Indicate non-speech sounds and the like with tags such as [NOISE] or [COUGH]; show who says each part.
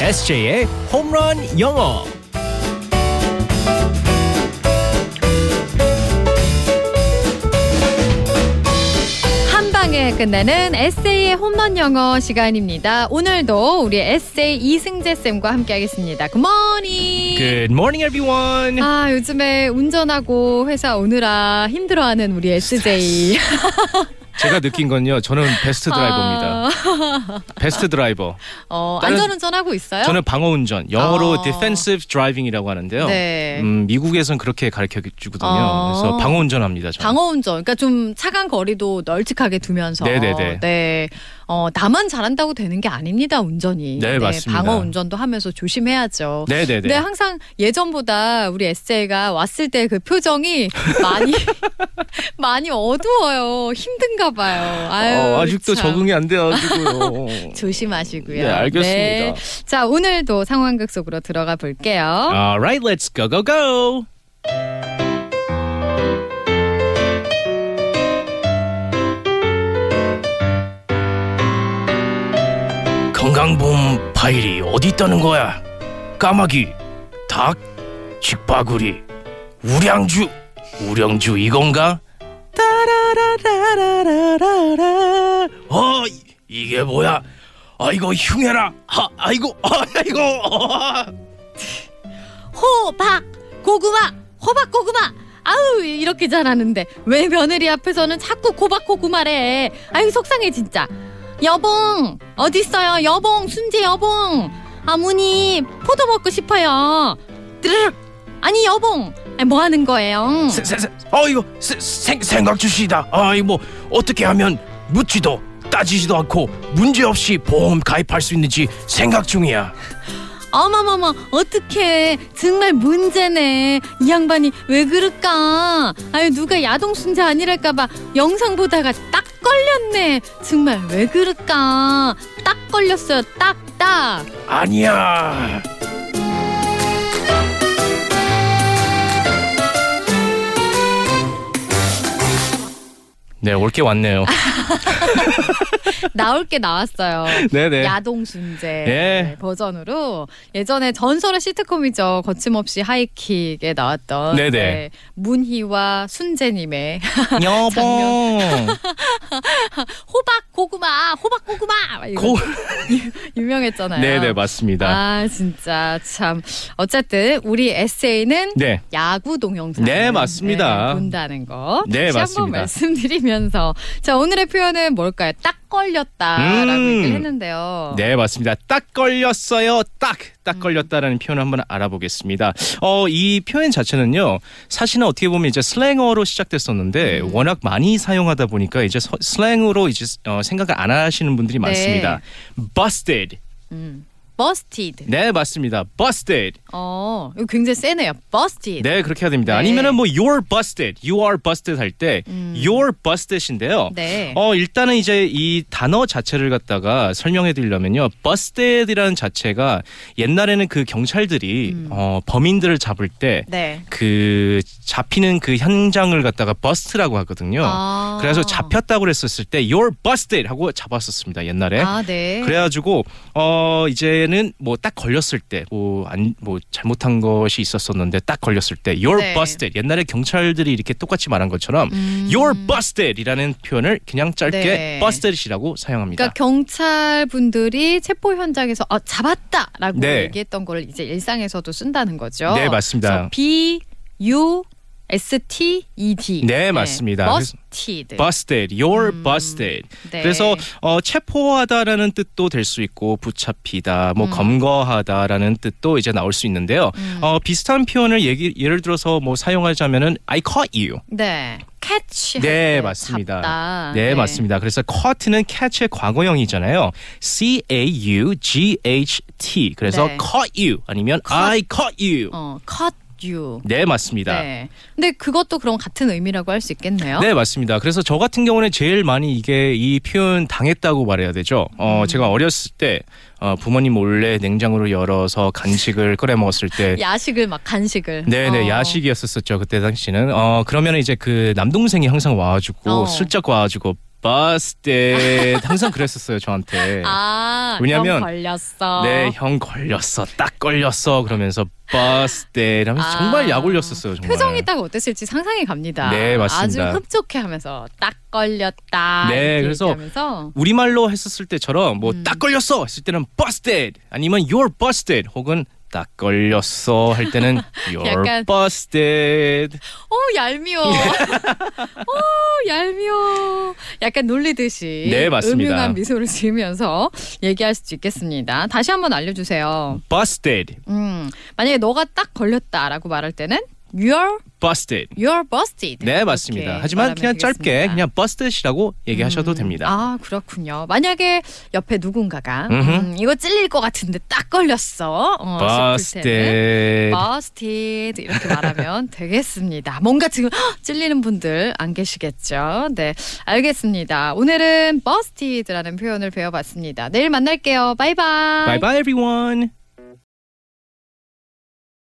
Speaker 1: SJ의 홈런 영어.
Speaker 2: 한 방에 끝내는 에세이의 홈런 영어 시간입니다. 오늘도 우리 에세이 이승재 쌤과 함께하겠습니다. 굿모닝.
Speaker 1: Good morning, everyone.
Speaker 2: 아 요즘에 운전하고 회사 오느라 힘들어하는 우리
Speaker 1: [LAUGHS]
Speaker 2: SJ.
Speaker 1: 제가 느낀 건요. 저는 베스트 드라이버입니다.
Speaker 2: 아,
Speaker 1: 베스트 드라이버.
Speaker 2: 어,
Speaker 1: 다른-
Speaker 2: 안전운전 하고 있어요?
Speaker 1: 저는 방어 운전. 영어로
Speaker 2: 어.
Speaker 1: defensive driving이라고 하는데요.
Speaker 2: 네.
Speaker 1: 음, 미국에선 그렇게 가르쳐 주거든요.
Speaker 2: 어.
Speaker 1: 그래서 방어 운전합니다. 저는.
Speaker 2: 방어운전, 그러니까 좀 차간 거리도 널찍하게 두면서,
Speaker 1: 네네네.
Speaker 2: 네. 어, 나만 잘한다고 되는 게 아닙니다, 운전이.
Speaker 1: 네, 맞습니다.
Speaker 2: 방어운전도 하면서 조심해야죠.
Speaker 1: 네, 네,
Speaker 2: 근데
Speaker 1: 네.
Speaker 2: 항상 예전보다 우리 에세이가 왔을 때 그 표정이
Speaker 1: [LAUGHS]
Speaker 2: 많이 많이 어두워요. 힘든가 봐요. 아유,
Speaker 1: 어, 아직도
Speaker 2: 참.
Speaker 1: 적응이 안 돼가지고요.
Speaker 2: [LAUGHS] 조심하시고요.
Speaker 1: 네, 알겠습니다.
Speaker 2: 네. 자, 오늘도 상황극 속으로 들어가
Speaker 1: 아.
Speaker 2: 볼게요.
Speaker 1: Alright, let's go, go, go. 건강보험 파일이 어디 있다는 거야? 까마귀, 닭, 쥐바구리, 우량주, 우량주 이건가? 따라라라라라라. 어, 이- 이게 뭐야? 아이고 흉해라. 아, 아이고, 아이고.
Speaker 2: 호박, 고구마, 호박 고구마. 아우 이렇게 잘하는데 왜 며느리 앞에서는 자꾸 호박 고구마래? 아유 속상해 진짜. 여봉 어딨어요? 여봉 순재 여봉. 아무니 포도 먹고 싶어요. 드르륵. 아니 여봉 아니, 뭐 하는 거예요?
Speaker 3: 세, 세, 세, 어 이거 세, 생, 생각 주시다. 아 이거 뭐 어떻게 하면 묻지도 따지지도 않고 문제 없이 보험 가입할 수 있는지 생각 중이야.
Speaker 2: 어머머머 어떡해 정말 문제네 이 양반이 왜 그럴까 아유 누가 야동순자 아니랄까봐 영상 보다가 딱 걸렸네 정말 왜 그럴까 딱 걸렸어요 딱딱
Speaker 3: 아니야.
Speaker 1: 네, 올게 왔네요.
Speaker 2: 나올 게 나왔어요
Speaker 1: [LAUGHS] 네네.
Speaker 2: 야동순재
Speaker 1: 네.
Speaker 2: 버전으로 예전에 전설의 시트콤이죠 거침없이 하이킥에 나왔던
Speaker 1: 네네.
Speaker 2: 문희와 순재님의 [LAUGHS]
Speaker 1: 여봉.
Speaker 2: 호박 고구마 호박 고구마 이거
Speaker 1: 고.
Speaker 2: [LAUGHS] 유명했잖아요
Speaker 1: [LAUGHS] 네네, 맞습니다.
Speaker 2: 아 진짜 참 어쨌든 우리 에세이는
Speaker 1: 네.
Speaker 2: 야구 동영상
Speaker 1: 네, 맞습니다.
Speaker 2: 본다는 거
Speaker 1: 네,
Speaker 2: 다시 한번
Speaker 1: 맞습니다.
Speaker 2: 말씀드리면서 자 오늘의 표현은 뭘까요? 딱 걸렸다라고
Speaker 1: 음.
Speaker 2: 얘기를 했는데요.
Speaker 1: 네, 맞습니다. 딱 걸렸어요. 딱. 딱 걸렸다라는 표현을 한번 알아보겠습니다. 어, 이 표현 자체는요. 사실은 어떻게 보면 이제 슬랭어로 시작됐었는데
Speaker 2: 음.
Speaker 1: 워낙 많이 사용하다 보니까 이제 서- 슬랭으로 이제 어, 생각을 안 하시는 분들이
Speaker 2: 네.
Speaker 1: 많습니다. busted.
Speaker 2: 음. busted.
Speaker 1: 네, 맞습니다. busted.
Speaker 2: 어 이거 굉장히 세네요. busted.
Speaker 1: 네, 음. 그렇게 해야 됩니다.
Speaker 2: 네.
Speaker 1: 아니면은 뭐 you're busted, you are busted 할 때 you're busted인데요.
Speaker 2: 네.
Speaker 1: 어 일단은 이제 이 단어 자체를 갖다가 설명해 드리려면요. busted이라는 자체가 옛날에는 그 경찰들이 어, 범인들을 잡을
Speaker 2: 네.
Speaker 1: 때 그 잡히는 그 현장을 갖다가 bust라고 하거든요.
Speaker 2: 아.
Speaker 1: 그래서 잡혔다고 그랬었을 때 you're busted 하고 잡았었습니다. 옛날에.
Speaker 2: 아 네.
Speaker 1: 그래가지고 어 이제는 뭐 딱 걸렸을 때 뭐 안 뭐 잘못한 것이 있었었는데 딱 걸렸을 때 you're
Speaker 2: 네.
Speaker 1: busted 옛날에 경찰들이 이렇게 똑같이 말한 것처럼
Speaker 2: 음.
Speaker 1: you're busted이라는 표현을 그냥 짧게
Speaker 2: 네.
Speaker 1: busted이라고 사용합니다.
Speaker 2: 그러니까 경찰 분들이 체포 현장에서 아, 잡았다라고
Speaker 1: 네.
Speaker 2: 얘기했던 걸 이제 일상에서도 쓴다는 거죠.
Speaker 1: 네, 맞습니다.
Speaker 2: 그래서 B U S T E D.
Speaker 1: 네, 맞습니다. 그래서-
Speaker 2: busted.
Speaker 1: busted, you're busted.
Speaker 2: 음. 네.
Speaker 1: 그래서 어, 체포하다라는 뜻도 될 수 있고 붙잡히다,
Speaker 2: 음.
Speaker 1: 뭐 검거하다라는 뜻도 이제 나올 수 있는데요. 어, 비슷한 표현을 얘기, 예를 들어서 뭐 사용하자면은 I caught you.
Speaker 2: 네. catch. 할
Speaker 1: 네
Speaker 2: 때
Speaker 1: 맞습니다.
Speaker 2: 잡다.
Speaker 1: 네, 맞습니다. 그래서 cut는 catch의 과거형이잖아요. C A U G H T. 그래서
Speaker 2: 네.
Speaker 1: caught you 아니면 I caught you.
Speaker 2: 어, cut you.
Speaker 1: 네 맞습니다. 네.
Speaker 2: 네. 근데 그것도 그럼 같은 의미라고 할 수 있겠네요.
Speaker 1: 맞습니다. 그래서 저 같은 경우는 제일 많이 이게 이 표현 당했다고 말해야 되죠. 어, 제가 어렸을 때 어, 부모님 몰래 냉장고를 열어서 간식을 끓여 먹었을 때
Speaker 2: 야식을 막 간식을.
Speaker 1: 네네
Speaker 2: 어.
Speaker 1: 야식이었었죠 그때 당시는 어 그러면 이제 그 남동생이 항상 와가지고
Speaker 2: 어.
Speaker 1: 슬쩍 와가지고 봤을 때 [LAUGHS] 항상 그랬었어요 저한테.
Speaker 2: 아,
Speaker 1: 왜냐면-
Speaker 2: 형 걸렸어.
Speaker 1: 네, 형 걸렸어, 딱 걸렸어 그러면서 봤을 때 이러면서
Speaker 2: 아.
Speaker 1: 정말 약 올렸었어요. 정말.
Speaker 2: 표정이 딱 어땠을지 상상이 갑니다.
Speaker 1: 네, 맞습니다.
Speaker 2: 아주 흡족해하면서 딱 걸렸다.
Speaker 1: 네,
Speaker 2: 이렇게
Speaker 1: 그래서
Speaker 2: 얘기하면서
Speaker 1: 우리말로 했었을 때처럼 뭐
Speaker 2: 음.
Speaker 1: 딱 걸렸어 했을 때는 busted 아니면 you're busted 혹은 딱 걸렸어 할 때는
Speaker 2: [LAUGHS]
Speaker 1: you're
Speaker 2: 약간-
Speaker 1: busted
Speaker 2: 오 어, 얄미워.
Speaker 1: 네.
Speaker 2: [LAUGHS] 오 얄미워. 약간 놀리듯이
Speaker 1: 네, 맞습니다.
Speaker 2: 음흉한 미소를 지으면서 얘기할 수도 있겠습니다. 다시 한번 알려주세요.
Speaker 1: busted
Speaker 2: 음, 만약에 너가 딱 걸렸다라고 말할 때는 you're
Speaker 1: busted
Speaker 2: you're busted.
Speaker 1: 네 맞습니다.
Speaker 2: 이렇게
Speaker 1: 하지만
Speaker 2: 말하면
Speaker 1: 그냥 짧게
Speaker 2: 되겠습니다.
Speaker 1: 그냥 busted이라고 얘기하셔도
Speaker 2: 음,
Speaker 1: 됩니다.
Speaker 2: 아 그렇군요. 만약에 옆에 누군가가
Speaker 1: 음흠.
Speaker 2: 음, 이거 찔릴 것 같은데 딱 걸렸어. 어, 싶을 때는
Speaker 1: busted
Speaker 2: Busted 이렇게 말하면 [LAUGHS] 되겠습니다. 뭔가 지금 헉, 찔리는 분들 안 계시겠죠? 네, 알겠습니다. 오늘은 Busted라는 표현을 배워봤습니다. 내일 만날게요. 바이바이.
Speaker 1: Bye bye everyone.